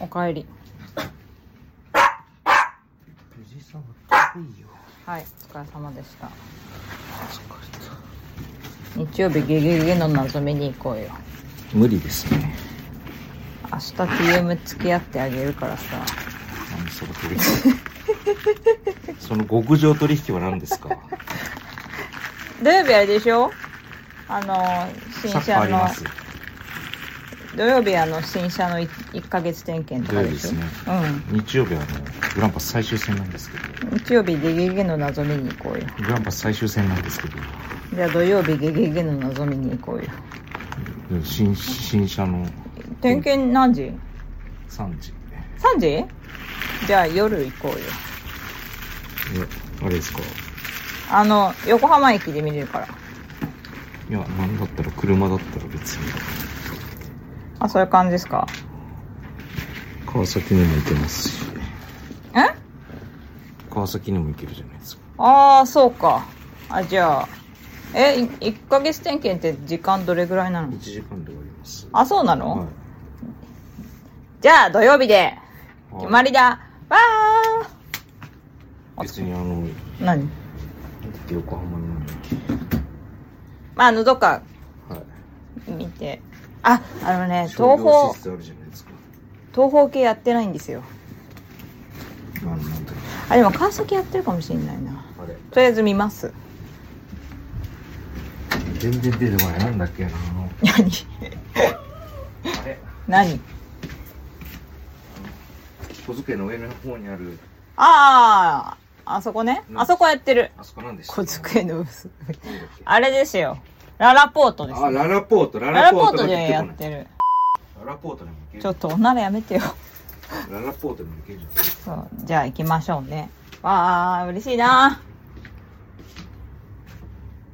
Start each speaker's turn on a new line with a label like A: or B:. A: おかえり
B: 藤沢かっこいいよ
A: はいお疲れ様でした
B: 疲れた
A: 日曜日ゲゲゲの謎めに行こうよ
B: 無理ですね
A: 明日 TM 付き合ってあげるからさ
B: 何その取引その極上取引は何です か
A: 土曜日あれでしょあの新
B: 昨
A: 車
B: 今ありま
A: の
B: す
A: 土曜日あの新車の 1, ヶ月点検とかでしょ
B: 土曜日です日曜日はあのグランパス最終戦なんですけど
A: うん日曜日ゲゲゲの謎めに行こうよ
B: グランパス最終戦なんですけど
A: じゃあ土曜日ゲゲゲの謎めに行こうよ
B: うん新新車の
A: 点検何時
B: 3時
A: ?3 時じゃあ夜行こうよ
B: えあれですか
A: あの横浜駅で見れるから
B: いや何だったら車だったら別に
A: あそういう感じですか
B: 川崎にも行けますし
A: え
B: 川崎にも行けるじゃないですか
A: ああそうかあじゃあえい1ヶ月点検って時間どれぐらいなの
B: 1時間で終わります
A: あそうなの、
B: はい
A: じゃあ土曜日で
B: はい
A: 決まりだわ
B: 別にあの
A: ー何
B: 横浜にも行け
A: まああのどっか
B: はい
A: 見てああのね東
B: 商業
A: 方
B: 施設あるじゃないですか
A: 東方系やってないんですよ
B: あのなんだっ
A: あでも川崎やってるかもしれないな
B: けあれ
A: とりあえず見ます
B: 全然出てこないなんだっけなあの
A: 何
B: あれ
A: 何
B: 小机の上の方にある
A: あああそこね
B: うん
A: あそこやってる
B: あそこなんでした
A: 小机の薄い
B: なんだっけ
A: あれですよララポートです
B: あララポートラ
A: ララ
B: ラ
A: ポ
B: ポ
A: ー
B: ー
A: ト
B: ト
A: でや
B: だ
A: ってる
B: ララポートでも行け
A: ちょ
B: る
A: っとおならやめてよ
B: ララポートでも行けるじゃん
A: そうじゃあ行きましょうねわあ嬉しいな